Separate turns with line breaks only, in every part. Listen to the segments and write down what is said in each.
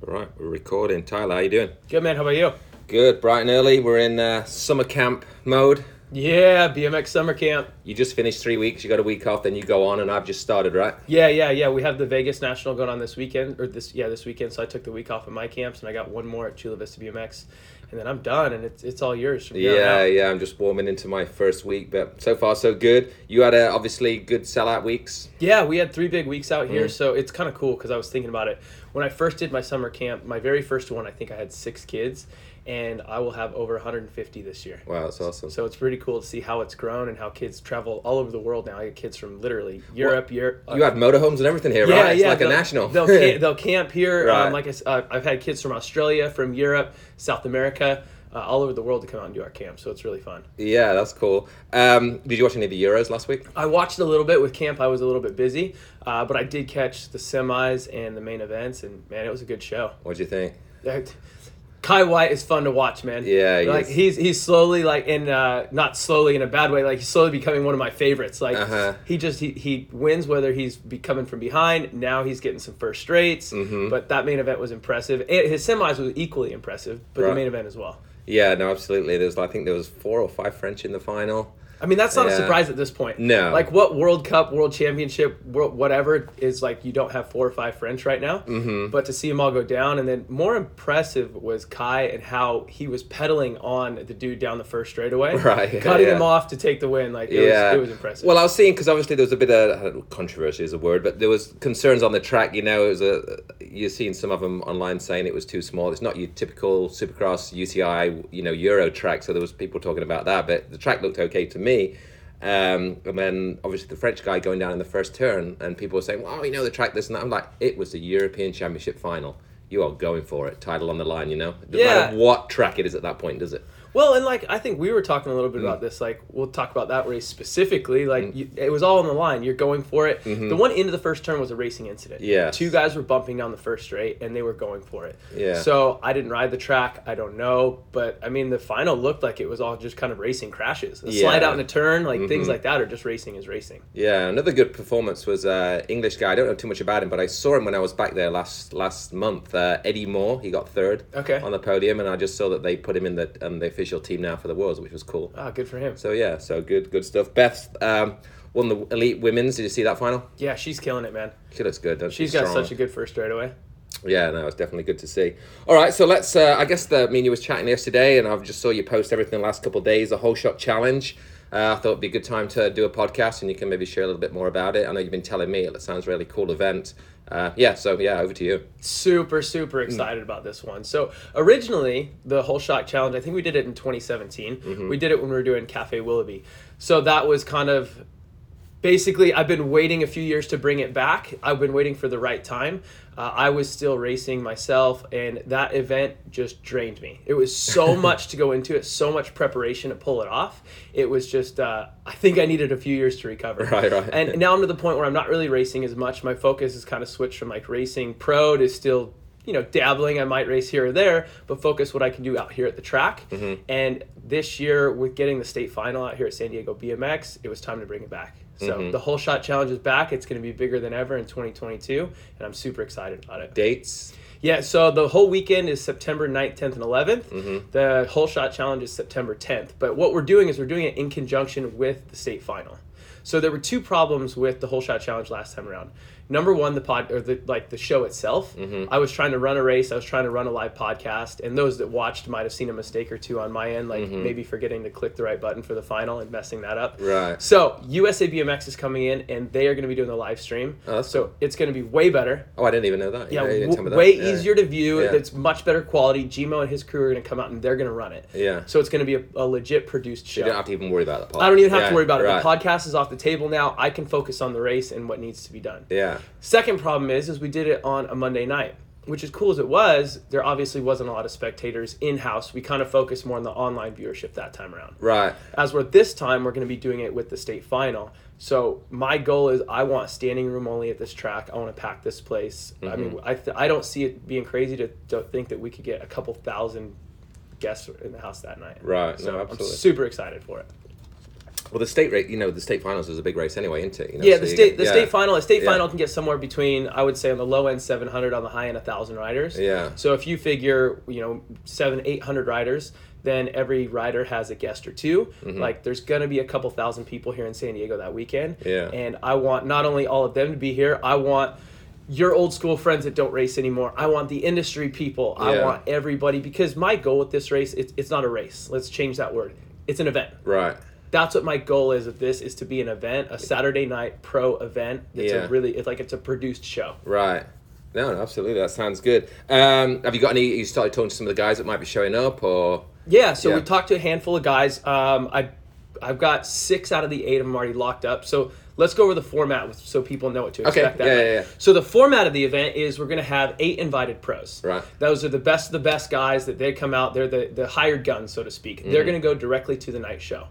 Right, we're recording. Tyler, how you doing?
Good man, how about you?
Good, bright and early. We're in uh, summer camp mode.
Yeah, BMX summer camp.
You just finished three weeks. You got a week off, then you go on, and I've just started. Right?
Yeah, yeah, yeah. We have the Vegas National going on this weekend, or this yeah this weekend. So I took the week off at my camps, and I got one more at Chula Vista BMX, and then I'm done, and it's it's all yours. From here on
Yeah,
out.
yeah. I'm just warming into my first week, but so far so good. You had uh, obviously good sellout weeks.
yeah. We had three big weeks out
Mm.
here, so it's kind of cool because I was thinking about it when I first did my summer camp. My very first one, I think I had six kids, and I will have over 150 this year.
Wow, that's awesome.
So it's pretty cool to see how it's grown and how kids travel all over the world now. I get kids from literally Europe, Europe.
you had motorhomes and everything here, right? It's like a
they'll-
national.
They'll camp, they'll camp here.
Right.
Um, like I, s- uh, I've had kids from Australia, from Europe, South America, uh, all over the world to come out and do our camp. So it's really fun.
yeah, that's cool. Um, did you watch any of the Euros last week?
I watched a little bit with camp. I was a little bit busy, uh, but I did catch the semis and the main events, and man, it was a good show.
What do you think?
That- Kai White is fun to watch, man.
Yeah, he
like
is.
he's he's slowly like in uh, not slowly in a bad way. Like he's slowly becoming one of my favorites. Like
Uh-huh.
he just he, he wins whether he's be coming from behind. Now he's getting some first straights.
Mm-hmm.
But that main event was impressive. And his semis was equally impressive, but
Right.
the main event as well.
Yeah, no, absolutely. There's, I think there was four or five French in the final.
I mean, that's not
Yeah.
a surprise at this point.
No.
Like, what World Cup, World Championship, world, whatever is like, you don't have four or five French right now. Mm-hmm. But to see them all go down, and then more impressive was Kai and how he was pedaling on the dude down the first straightaway.
Right, yeah,
Cutting him
yeah.
off to take the win. Like, it, was, it was impressive.
Well, I was seeing because obviously there was a bit of I don't know, controversy is a word, but there was concerns on the track. You know, it was a you're seeing some of them online saying it was too small. It's not your typical Supercross UCI you know Euro track, so there was people talking about that. But the track looked okay to me. Um, and then obviously the French guy going down in the first turn, and people were saying, "Well, you know the track this and that." I'm like, "It was the European Championship final. You are going for it, title on the line. You know, it doesn't
Yeah.
matter what track it is at that point, does it?"
Well, and like I think we were talking a little
Mm.
bit about this. Like we'll talk about that race specifically. Like you, it was all on the line. You're going for it. The one end of the first turn was a racing incident.
Mm-hmm. Yes.
two guys were bumping down the first straight, and they were going for it.
Yeah.
So I didn't ride the track. I don't know, but I mean the final looked like it was all just kind of racing crashes. The slide
Yeah. Mm-hmm.
out in a turn, like things like that, are just racing is racing.
Yeah, another good performance was uh, English guy. I don't know too much about him, but I saw him when I was back there last last month. Uh, Eddie Moore, he got third
Okay.
on the podium, and I just saw that they put him in the um, the official team now for the Worlds, which was cool.
Ah, good for him.
So yeah, so good good stuff. Beth um, won the elite women's. Did you see that final?
Yeah, she's killing it, man.
She looks good. Doesn't she?
She's got
Strong.
such a good first straightaway.
Yeah, no, it's definitely good to see. All right, so let's. Uh, I guess the, me and you was chatting yesterday, and I've just saw you post everything the last couple of days. The whole shot challenge. Uh, I thought it'd be a good time to do a podcast, and you can maybe share a little bit more about it. I know you've been telling me it sounds a really cool event. Uh, yeah, so yeah, over to you.
super super
Hmm.
excited about this one so originally the whole shot challenge i think we did it in 2017
Mm-hmm.
we did it when we were doing cafe willoughby so that was kind of basically i've been waiting a few years to bring it back i've been waiting for the right time uh, i was still racing myself and that event just drained me it was so much to go into it so much preparation to pull it off it was just uh, i think i needed a few years to recover
Right, right.
and now i'm to the point where i'm not really racing as much my focus is kind of switched from like racing pro to still you know dabbling i might race here or there but focus what i can do out here at the track and this year with getting the state final out here at san diego bmx it was time to bring it back so the whole shot challenge is back it's going to be bigger than ever in 2022 and i'm super excited about it
Dates.
yeah, so the whole weekend is September 9th, 10th, and 11th.
Mm-hmm.
The whole shot challenge is September 10th. But what we're doing is we're doing it in conjunction with the state final. So there were two problems with the whole shot challenge last time around. Number one, the pod or the like the show itself.
Mm-hmm.
I was trying to run a race. I was trying to run a live podcast, and those that watched might have seen a mistake or two on my end, like
Mm-hmm.
maybe forgetting to click the right button for the final and messing that up.
Right.
So USA BMX is coming in, and they are going to be doing the live stream.
Oh, that's
so it's going to be way better.
Oh, I didn't even know that.
Yeah,
you didn't tell me
w-
that.
way
Yeah.
easier to view.
Yeah.
It's much better quality. Gmo and his crew are going to come out and they're going to run it.
Yeah.
So it's going to be a, a legit produced show.
You don't have to even worry about that. Pod.
I don't even have
Yeah,
to worry about it.
right.
The podcast is off the table now. I can focus on the race and what needs to be done.
Yeah.
Second problem is, is we did it on a Monday night, which as cool as it was, there obviously wasn't a lot of spectators in house. We kind of focused more on the online viewership that time around.
Right.
As we're this time, we're going to be doing it with the state final. So my goal is I want standing room only at this track. I want to pack this place. I
Mm-hmm.
mean, I, th- I don't see it being crazy to, to think that we could get a couple thousand guests in the house that night.
Right. No,
So I'm
absolutely.
super excited for it.
Well, the state rate, you know, the state finals is a big race anyway, isn't it? You know,
yeah,
so
the
you
state
get-
the
yeah.
state final. A state
Yeah.
final can get somewhere between I would say on the low end seven hundred, on the high end thousand riders.
Yeah.
So if you figure you know seven eight hundred riders, then every rider has a guest or 2
Mm-hmm.
Like there's gonna be a couple thousand people here in San Diego that weekend.
Yeah.
And I want not only all of them to be here, I want. Your old school friends that don't race anymore. I want the industry people. I
Yeah.
want everybody because my goal with this race, it's, it's not a race. Let's change that word. It's an event
Right.
that's what my goal is with this is to be an event a saturday night pro event it's
Yeah.
a really it's like it's a produced show
Right. No, no, absolutely. That sounds good. Um, have you got any? You started talking to some of the guys that might be showing up, or
yeah so
Yeah.
we talked to a handful of guys um, i i've got six out of the eight of them already locked up so let's go over the format with, so people know what to
Okay.
expect that
Yeah,
night.
yeah, yeah.
so the format of the event is we're going to have eight invited pros
Right.
those are the best of the best guys that they come out they're the, the hired guns so to speak they're going to go directly to the night show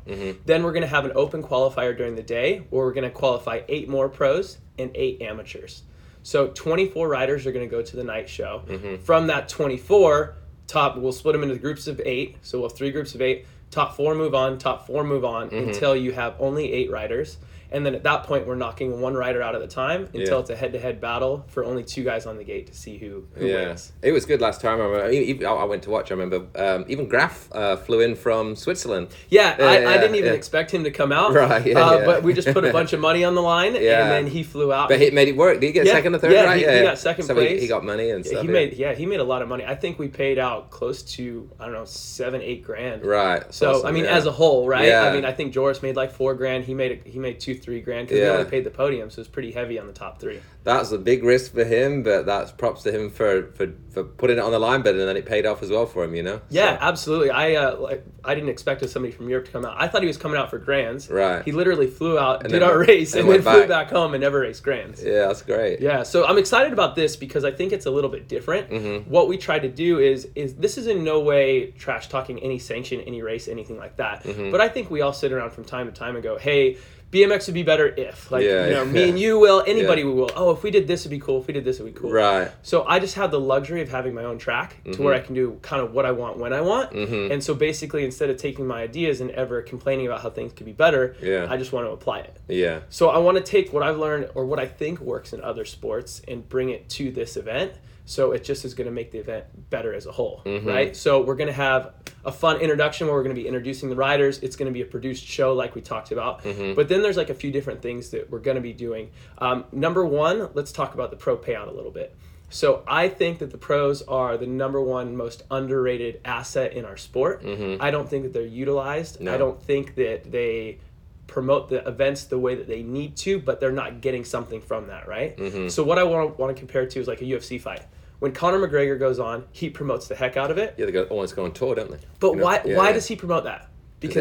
then we're going to have an open qualifier during the day where we're going to qualify eight more pros and eight amateurs so 24 riders are going to go to the night show from that 24 top we'll split them into groups of eight so we'll have three groups of eight top four move on top four move on until you have only eight riders and then at that point we're knocking one rider out at a time until
Yeah.
it's a head-to-head battle for only two guys on the gate to see who, who wins
Yes, it was good last time. I, remember, I, mean, even- I- I went to watch. I remember um, even Graf uh, flew in from Switzerland.
Yeah, I,
Yeah,
I didn't even
yeah.
expect him to come out.
Right, yeah,
uh,
yeah.
But we just put a bunch of money on the line,
Yeah.
and then he flew out.
But he made it work. Did he get
Yeah,
second or third?
yeah,
right?
he- he got second
so he- He,
place.
got money and stuff.
he
yeah.
made yeah he made a lot of money. I think we paid out close to I don't know seven eight grand.
right.
So I
awesome,
mean,
yeah.
as a whole, right?
Yeah.
I mean, I think Joris made like four grand. He made he made two three grand because
Yeah.
we only paid the podium, so it's pretty heavy on the top three.
that's a big risk for him, but that's props to him for for, for putting it on the line. But and then it paid off as well for him, you know.
Yeah, absolutely. I uh, like, I didn't expect somebody from Europe to come out. I thought he was coming out for grands.
Right.
He literally flew out,
And
did
then-
our race,
and
and, then
went
flew
back.
back home and never raced grands.
Yeah, that's great.
Yeah, so I'm excited about this because I think it's a little bit different.
Mm-hmm.
What we try to do is is this is in no way trash talking any sanction, any race, anything like that.
Mm-hmm.
But I think we all sit around from time to time and go, "Hey, BMX would be better if." Like,
Yeah,
you know,
yeah.
me and you will, anybody
Yeah.
we will. Oh, if we did this it'd be cool. If we did this it'd be cool.
Right. Mm-hmm.
So I just have the luxury of having my own track to where I can do kind of what I want when I want. And so basically instead of taking my ideas and ever complaining about how things could be better,
Yeah.
I just want to apply it.
Yeah.
So I want to take what I've learned or what I think works in other sports and bring it to this event. So it just is going to make the event better as a whole, right? So we're going to have a fun introduction where we're going to be introducing the riders. It's going to be a produced show like we talked about. But then there's like a few different things that we're going to be doing. Um, number one, let's talk about the pro payout a little bit. So I think that the pros are the number one most underrated asset in our sport. I don't think that they're utilized.
No.
I don't think that they promote the events the way that they need to, but they're not getting something from that, right?
Mm-hmm.
So what I want to want to compare to is like a UFC fight. When Conor McGregor goes on, he promotes the heck out of it.
Yeah, they go almost go on tour, don't they?
But
You know?
why
Yeah,
why
yeah.
does he promote that?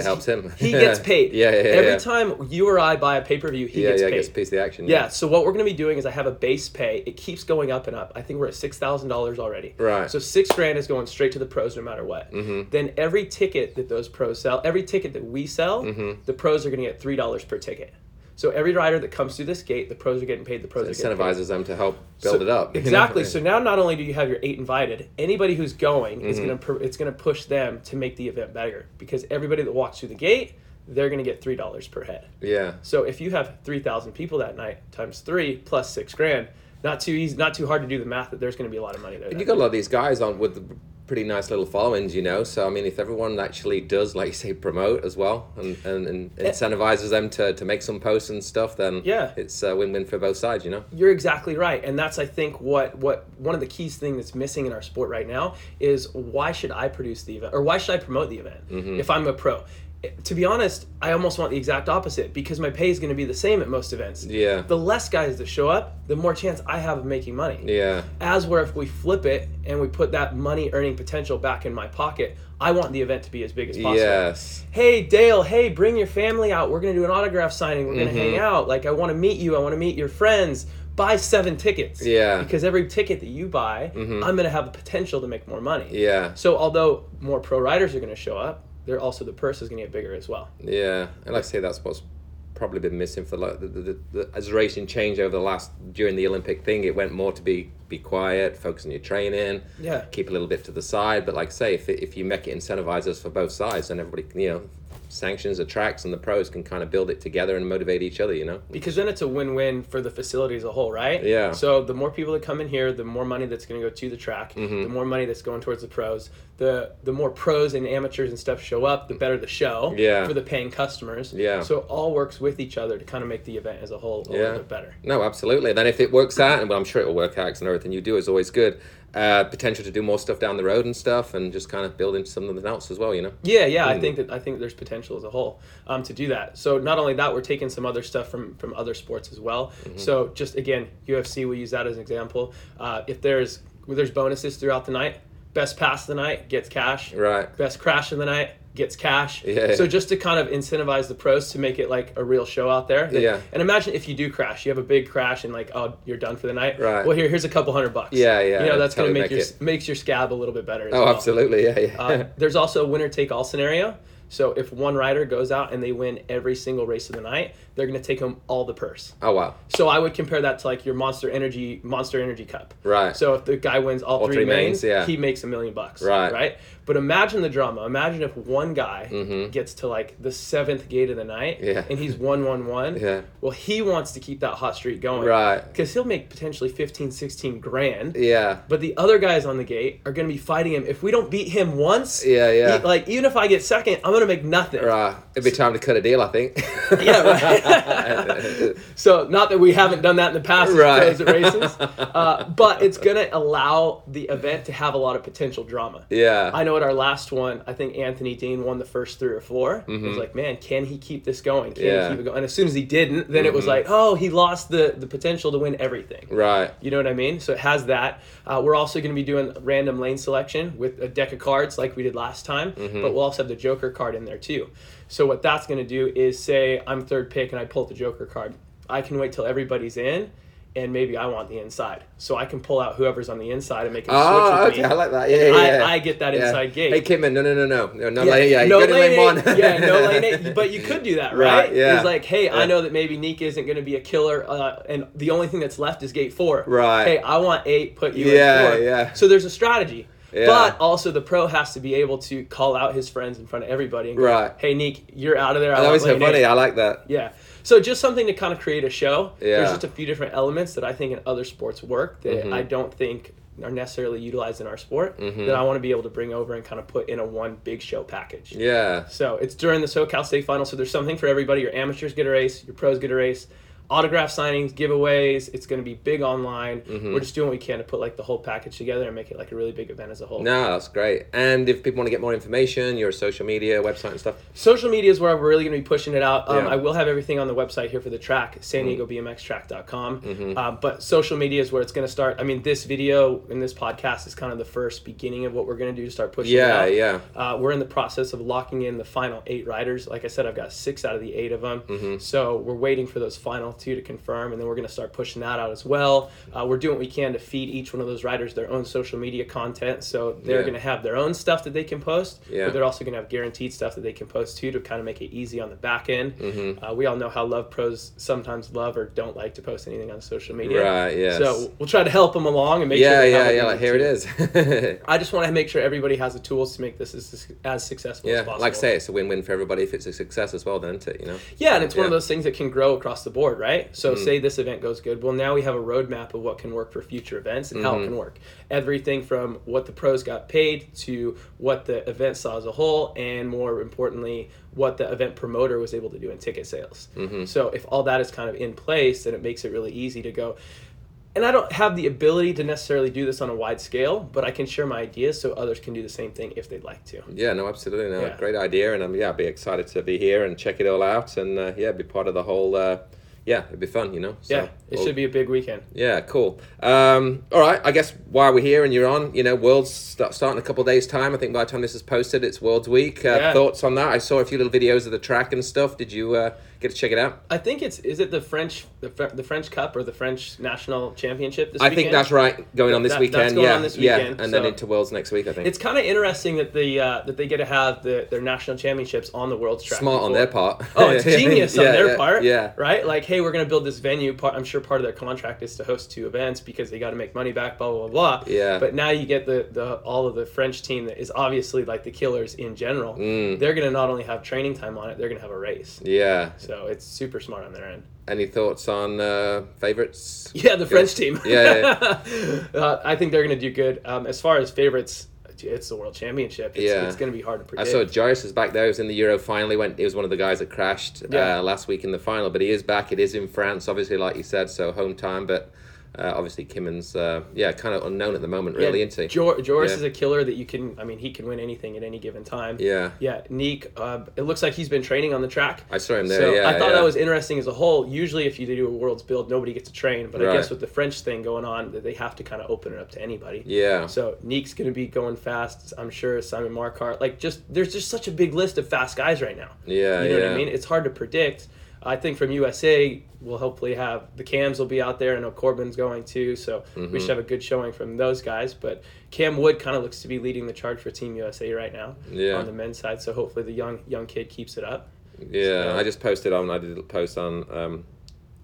helps
he,
him.
he gets paid.
Yeah, yeah, yeah,
Every
yeah.
time you or I buy a pay per view, he
Yeah,
gets
yeah,
paid.
gets a piece of the action.
Yeah. So what we're going to be doing is I have a base pay. It keeps going up and up. I think we're at six thousand dollars already.
Right. Mm-hmm.
So six grand is going straight to the pros no matter what. Then every ticket that those pros sell, every ticket that we sell,
Mm-hmm.
the pros are going to get three dollars per ticket. So every rider that comes through this gate, the pros are getting paid. The pros are getting paid.
incentivizes them to help build
So-
it up. you know?
Exactly. So now not only do you have your eight invited, anybody who's going is
Mm-hmm.
gonna pr- it's gonna push them to make the event better because everybody that walks through the gate, they're gonna get three dollars per head.
yeah,
So if you have three thousand people that night times three plus six grand, not too easy, not too hard to do the math that there's going to be a lot of money there.
you got a lot of these guys on with pretty nice little followings, you know. So I mean, if everyone actually does, like you say, promote as well and and, and incentivizes them to, to make some posts and stuff, then
Eh. Yeah.
it's a win win for both sides, you know.
You're exactly right, and that's I think what what one of the key things that's missing in our sport right now is why should I produce the event or why should I promote the event
Mm-hmm.
if I'm a pro? Eh, To be honest, I almost want the exact opposite because my pay is going to be the same at most events.
Yeah.
The less guys that show up, the more chance I have of making money.
Yeah,
As where if we flip it and we put that money earning potential back in my pocket, I want the event to be as big as possible.
yes,
hey dale hey bring your family out we're gonna do an autograph signing we're gonna
Mm-hmm.
hang out like i want to meet you i want to meet your friends buy seven tickets
Yeah. Mm-hmm.
because every ticket that you buy i'm gonna have the potential to make more money
yeah,
so although more pro riders are gonna show up they're also the purse is gonna get bigger as well
yeah. And like I say, that's what's probably been missing for like the, the, the, the as racing changed over the last during the Olympic thing. It went more to be be quiet, focus on your training.
yeah
keep a little bit to the side. But like I say, if, if you make it incentivize us for both sides, then everybody, you know, sanctions the tracks and the pros can kind of build it together and motivate each other. You know.
because then it's a win-win for the facility as a whole, right?
Yeah.
So the more people that come in here, the more money that's going to go to the track,
Mm-hmm.
the more money that's going towards the pros, the the more pros and amateurs and stuff show up, the better the show.
Yeah.
For the paying customers.
Yeah.
So it all works with each other to kind of make the event as a whole a
Yeah.
little bit better.
No, absolutely. Then if it works out, and well, I'm sure it will work out, 'cause and everything you do is always good. Uh, potential to do more stuff down the road and stuff, and just kind of build into something else as well. You know.
Yeah, yeah, I think that I think there's potential as a whole um, to do that. So not only that, we're taking some other stuff from from other sports as well.
Mm-hmm.
So just again, UFC, we use that as an example. Uh, if there's well, there's bonuses throughout the night, best pass of the night gets cash.
Right.
Best crash of the night gets cash.
Yeah.
So just to kind of incentivize the pros to make it like a real show out there. That-
Yeah.
And imagine if you do crash, you have a big crash and like oh you're done for the night.
Right.
Well here here's a couple hundred bucks.
Yeah, yeah,
You know that's
totally
gonna
make
make your
it-
makes your scab a little bit better. As
Oh,
well.
absolutely. Yeah, yeah.
Uh, there's also a winner take all scenario. So if one rider goes out and they win every single race of the night, they're going to take home all the purse.
oh wow.
So I would compare that to like your Monster Energy Monster Energy Cup.
Right.
So if the guy wins all, three,
three
mains,
mains, yeah.
he makes a million bucks.
Right.
Right. But imagine the drama. Imagine if one guy gets to like the seventh gate of the night,
Mm-hmm. Yeah.
and he's one one one.
Yeah.
Well, he wants to keep that hot streak going.
Right.
Because he'll make potentially 15, 16 grand.
Yeah.
But the other guys on the gate are going to be fighting him. If we don't beat him once,
Yeah, yeah.
e- like even if I get second, I'm going to make nothing.
Right. It'd be time to cut a deal, I think.
Yeah, right. so not that we haven't done that in the past, as
Right.
pros at races, uh, but it's going to allow the event to have a lot of potential drama.
yeah.
I know at our last one, I think Anthony Dean won the first three or 4 It was like, man, can he keep this going?
Mm-hmm.
Can
Yeah. Mm-hmm.
he keep it going? And as soon as he didn't, then it was like, oh, he lost the the potential to win everything.
right.
You know what I mean? So it has that. Uh, we're also going to be doing random lane selection with a deck of cards like we did last time,
Mm-hmm.
but we'll also have the Joker card in there too. So what that's going to do is say I'm third pick and I pull the Joker card. I can wait till everybody's in, and maybe I want the inside, so I can pull out whoever's on the inside and make a switch
Oh,
with
okay.
me.
I like that. Yeah, yeah,
I-
yeah.
I get that
Yeah.
inside gate.
Hey, Kidman, no, no, no, no. No, not lane. Yeah, you
no
good in
lane
lane
eight.
one.
yeah, no lane eight. But you could do that, right?
Right, yeah.
It's like, hey, I
Yeah.
know that maybe Nika isn't going to be a killer, uh, and the only thing that's left is gate four.
Right.
Hey, I want eight. Put you
Yeah,
in four.
yeah.
So there's a strategy.
Yeah.
But also, the pro has to be able to call out his friends in front of everybody. And go,
Right.
Hey, Nick, you're out of there. I
That
want
was so
lane eight."
funny. I like that.
Yeah. So just something to kind of create a show.
Yeah. Mm-hmm.
There's just a few different elements that I think in other sports work that I don't think are necessarily utilized in our sport that I want to be able to bring over and kind of put in a one big show package.
Yeah.
So it's during the SoCal State Final, so there's something for everybody. Your amateurs get a race, your pros get a race, autograph signings, giveaways. It's going to be big online.
Mm-hmm.
We're just doing what we can to put like the whole package together and make it like a really big event as a whole.
No, that's great. And if people want to get more information, your social media, website, and stuff.
Social media is where I'm really going to be pushing it out. Um,
Yeah. Mm-hmm.
I will have everything on the website here for the track, San Diego BMXTrack.com. Uh, but social media is where it's going to start. I mean, this video and this podcast is kind of the first beginning of what we're going to do to start pushing.
Yeah,
it out.
yeah.
Uh, we're in the process of locking in the final eight riders. Like I said, I've got six out of the eight of them.
Mm-hmm.
So we're waiting for those final two to confirm, and then we're going to start pushing that out as well. Uh, we're doing what we can to feed each one of those riders their own social media content. So they're
Yeah.
going to have their own stuff that they can post,
Yeah.
but they're also going to have guaranteed stuff that they can post too to kind of make it easy on the back end.
Mm-hmm.
Uh, we all know how love pros sometimes love or don't like to post anything on social media.
Right, yes.
So we'll try to help them along and make sure.
Yeah,
they have
yeah,
what they
yeah.
need
Like, here it
to.
is.
I just want to make sure everybody has the tools to make this as, as successful
yeah.
as possible.
Like I say, it's a win win for everybody if it's a success as well, then, isn't it? You know?
Yeah, and it's
Yeah.
one of
Mm-hmm.
those things that can grow across the board, right? So, say this event goes good. Well, now we have a roadmap of what can work for future events and
Mm-hmm.
how it can work. Everything from what the pros got paid to what the event saw as a whole, and more importantly, what the event promoter was able to do in ticket sales.
Mm-hmm.
So, if all that is kind of in place, then it makes it really easy to go. And I don't have the ability to necessarily do this on a wide scale, but I can share my ideas so others can do the same thing if they'd like to.
Yeah, no, absolutely. No,
Yeah.
great idea, and um, yeah, I'd be excited to be here and check it all out, and uh, yeah, be part of the whole. Uh, yeah, it'd be fun, you know. So,
yeah, it should be a big weekend.
Yeah, cool. Um, all right, I guess while we're here and you're on, you know, Worlds start, starting a couple of days time. I think by the time this is posted, it's Worlds Week. Uh,
Yeah.
Thoughts on that? I saw a few little videos of the track and stuff. Did you uh, Get to check it out.
I think it's is it the French the, Fr- the French Cup or the French National Championship this
I
weekend?
think that's right. Going on this
That- that's
weekend.
going
yeah,
on this
yeah,
weekend,
and then
so-
into Worlds next week. I think
It's kind of interesting that the uh, that they get to have the, their national championships on the world's track.
smart on
before.
their part.
Oh, it's genius
Yeah,
on their
yeah,
part.
Yeah.
Right? Like, hey, we're going to build this venue. Part, I'm sure part of their contract is to host two events because they got to make money back, blah, blah, blah, blah.
Yeah.
But now you get the, the all of the French team that is obviously like the killers in general.
Mm.
They're going to not only have training time on it, they're going to have a race.
Yeah.
So it's super smart on their end.
Any thoughts on uh, favorites?
Yeah, the French team.
Yeah,
uh, I think they're going to do good. Um, as far as favorites, it's the world championship. It's,
Yeah.
it's going to be hard to
I
predict.
saw Joris is back there. He was in the Euro final. He went. He was one of the guys that crashed
Yeah.
uh, last week in the final, but he is back. It is in France, obviously, like you said, so home time. But uh, obviously, Kimmon's uh, yeah, kind of unknown at the moment, really,
yeah,
isn't he?
Jor- Joris
Yeah.
is a killer that you can. I mean, he can win anything at any given time.
yeah,
Yeah, Neek. Uh, it looks like he's been training on the track.
I saw him there.
so
yeah,
I thought
yeah.
that was interesting as a whole. Usually, if you do a world's build, nobody gets to train. But I guess
Right.
with the French thing going on, that they have to kind of open it up to anybody.
yeah.
So Neek's gonna be going fast. I'm sure Simon Markart. Like just there's just such a big list of fast guys right now.
Yeah,
you know what
yeah.
I mean. It's hard to predict. I think from USA we'll hopefully have the Cams will be out there. I know Corbin's going too, so we
Mm-hmm.
should have a good showing from those guys. But Cam Wood kind of looks to be leading the charge for Team USA right now
Yeah.
on the men's side. So hopefully the young young kid keeps it up.
Yeah,
So-
I just posted on. I did a post on um,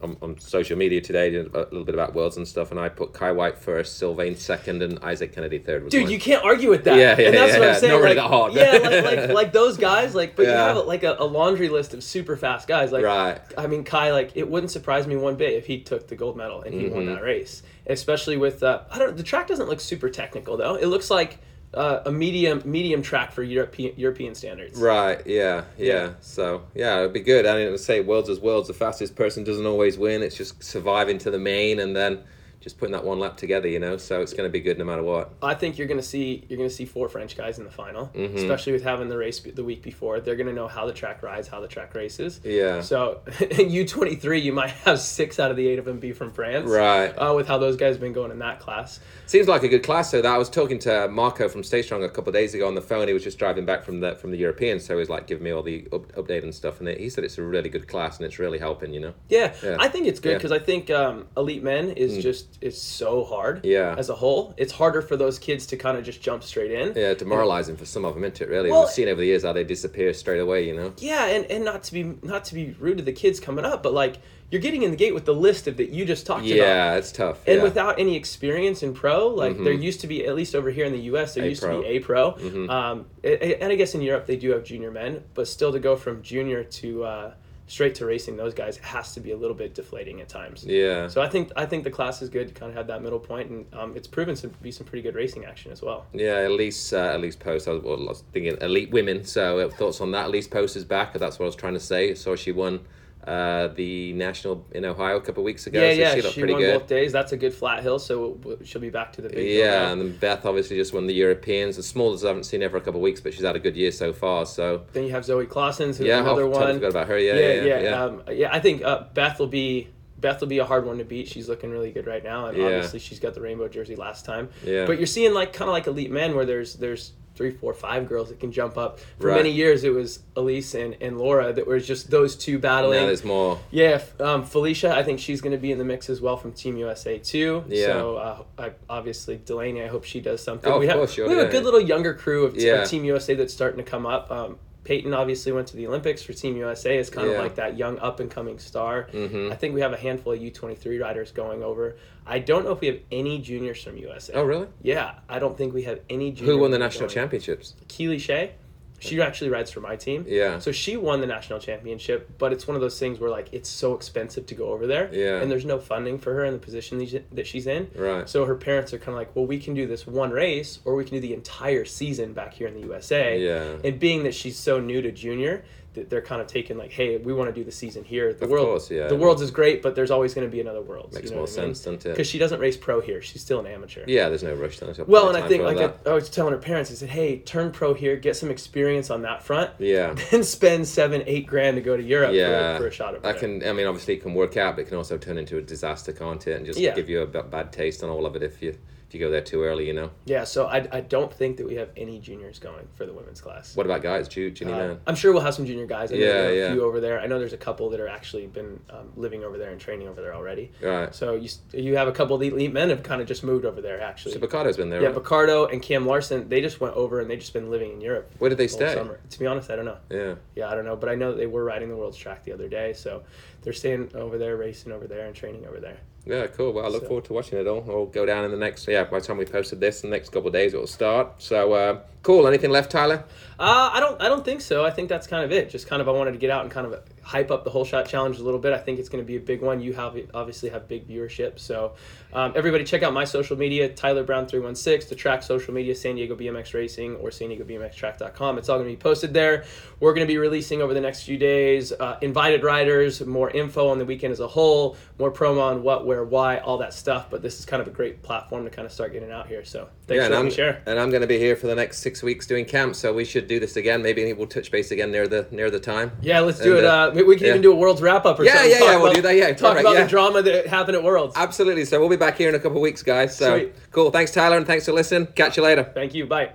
on, on social media today, did a little bit about worlds and stuff, and I put Kai White first, Sylvain second, and Isaac Kennedy third. Was
Dude,
mine.
you can't argue with that.
Yeah, yeah,
and that's
yeah,
what
yeah.
I'm saying.
Not really
like,
that hard.
yeah, like, like like those guys. Like, but you
Yeah.
have like a, a laundry list of super fast guys. Like,
Right.
I mean, Kai. Like, it wouldn't surprise me one bit if he took the gold medal and he won
Mm-hmm.
that race. Especially with uh, I don't. The track doesn't look super technical though. It looks like uh, a medium medium track for European European standards.
Right, yeah, yeah,
Yeah.
So, yeah, it'd be good. I didn't say worlds as worlds. The fastest person doesn't always win. It's just surviving to the main and then just putting that one lap together, you know? So it's going to be good no matter what.
I think you're gonna see you're gonna see four French guys in the final,
Mm-hmm.
especially with having the race be- the week before. They're gonna know how the track rides, how the track races.
Yeah.
So in U twenty three, you might have six out of the eight of them be from France.
Right.
Uh, with how those guys have been going in that class.
Seems like a good class, though. That I was talking to Marco from Stay Strong a couple of days ago on the phone. He was just driving back from the from the Europeans, so he was like giving me all the up, update and stuff. And he said it's a really good class and it's really helping, you know?
Yeah,
Yeah.
I think it's good
Yeah. Hmm.
because I think um, elite men is just it's so hard.
Yeah.
As a whole, it's harder for those kids to kind of just jump straight in.
Yeah, demoralizing for some of them, isn't it, really?
Well-
We've seen over the years how they disappear straight away, you know?
yeah and, and not to be not to be rude to the kids coming up but like you're getting in the gate with the list of that you just talked about
Yeah, it's tough.
and
yeah. Mm-hmm.
without any experience in pro, like there used to be at least over here in the U.S. there
A
used
pro. Mm-hmm.
to be a pro, um, a- a- and I guess in Europe they do have junior men, but still to go from junior to uh, straight to racing those guys has to be a little bit deflating at times.
Yeah.
So I think I think the class is good to kind of have that middle point, and um, it's proven to be some pretty good racing action as well.
Yeah, Elise, uh, Elise Post. I was, well, I was thinking Elite Women. So uh, thoughts on that? Elise Post is back. That's what I was trying to say. So she won uh, the national in Ohio a couple of weeks ago.
Yeah,
so
yeah,
She
she,
looked pretty
won
good.
both days. That's a good flat hill, so w- w- she'll be back to the big. hill now.
Yeah, and then Beth obviously just won the Europeans. The smallest I haven't seen her for a couple of weeks, but she's had a good year so far. So
Then you have Zoe Clausen's, who's
yeah,
another
oh,
one.
totally forgot about her. Yeah,
yeah,
yeah,
yeah, yeah. Um, yeah I think uh, Beth will be Beth will be a hard one to beat. She's looking really good right now, and
Yeah.
obviously she's got the rainbow jersey last time.
Yeah.
But you're seeing like kind of like elite men where there's there's three, four, five girls that can jump up. For
Right.
many years, it was Elise and, and Laura that were just those two battling.
Now there's more.
yeah, f- um, Felicia, I think she's going to be in the mix as well from Team USA too.
Yeah.
So uh, I, obviously Delaney, I hope she does something.
Oh,
we
of
have,
course, sure,
we have
yeah,
a good
yeah.
little younger crew of, of
Yeah.
Team USA that's starting to come up. Um, Peyton obviously went to the Olympics for Team USA. Is kind
Yeah. Mm-hmm.
of like that young up and coming star. I think we have a handful of U twenty three riders going over. I don't know if we have any juniors from USA.
Oh, really?
Yeah, I don't think we have any juniors.
Who won the national championships?
Keely Shea. She actually rides for my team.
Yeah.
So she won the national championship, but it's one of those things where like it's so expensive to go over there.
Yeah.
And there's no funding for her in the position that she- that she's in.
Right.
So her parents are kind of like, well, we can do this one race, or we can do the entire season back here in the USA.
Yeah.
And being that she's so new to junior, that they're kind of taking like, hey, we want to do the season here. The
Of
world,
course, yeah.
The world's is great, but there's always going to be another world.
Makes more sense, doesn't it?
Because she doesn't race pro here; she's still an amateur.
Yeah, there's no rush. There's
Well, and I think like I, I was telling her parents, I said, "Hey, turn pro here, get some experience on that front,
yeah.
then spend seven, eight grand to go to Europe
yeah,
for, for a shot over
that
there."
can. I mean, obviously, it can work out, but it can also turn into a disaster, can't it? And just
Yeah.
give you a b- bad taste on all of it if you if you go there too early, you know.
Yeah, so I, I don't think that we have any juniors going for the women's class.
What about guys? Do, do you need
Uh,
to-
I'm sure we'll have some junior guys. I know
Yeah,
there are
yeah.
A few over there. I know there's a couple that are actually been um, living over there and training over there already.
Right.
So you s- you have a couple of the elite men have kind of just moved over there actually.
So Picado's been there.
yeah,
right?
Picardo and Cam Larson, they just went over and they just been living in Europe.
Where did they
all
stay?
Summer. To be honest, I don't know.
Yeah.
Yeah, I don't know, but I know that they were riding the world's track the other day, so they're staying over there, racing over there, and training over there.
Yeah, cool. Well, I look
So-
forward to watching it all. I'll go down in the next, yeah, by the time we posted this, in the next couple of days it'll start. So, uh, cool. Anything left, Tyler?
Uh, I don't. I don't think so. I think that's kind of it. Just kind of, I wanted to get out and kind of hype up the whole shot challenge a little bit. I think it's going to be a big one. You have obviously have big viewership, so um, everybody check out my social media, Tyler Brown three one six, the track social media, San Diego BMX Racing or San Diego BMX Track.com. It's all going to be posted there. We're going to be releasing over the next few days uh, invited riders, more info on the weekend as a whole, more promo on what, where, why, all that stuff. But this is kind of a great platform to kind of start getting out here. So thanks
yeah,
for
and
letting
I'm,
me share.
and I'm going to be here for the next six weeks doing camp, so we should do this again. Maybe we'll touch base again near the near the time.
Yeah, let's do
And,
it.
uh,
Uh, we, we can
yeah.
even do a Worlds wrap up or
Yeah,
something.
yeah,
Talk
yeah, we'll
about-
do that, yeah,
talk
perfect,
about
yeah.
the drama that happened at Worlds.
Absolutely. So we'll be back here in a couple of weeks, guys. So
Sweet.
cool. Thanks, Tyler, and thanks for listening. Catch you later.
Thank you. Bye.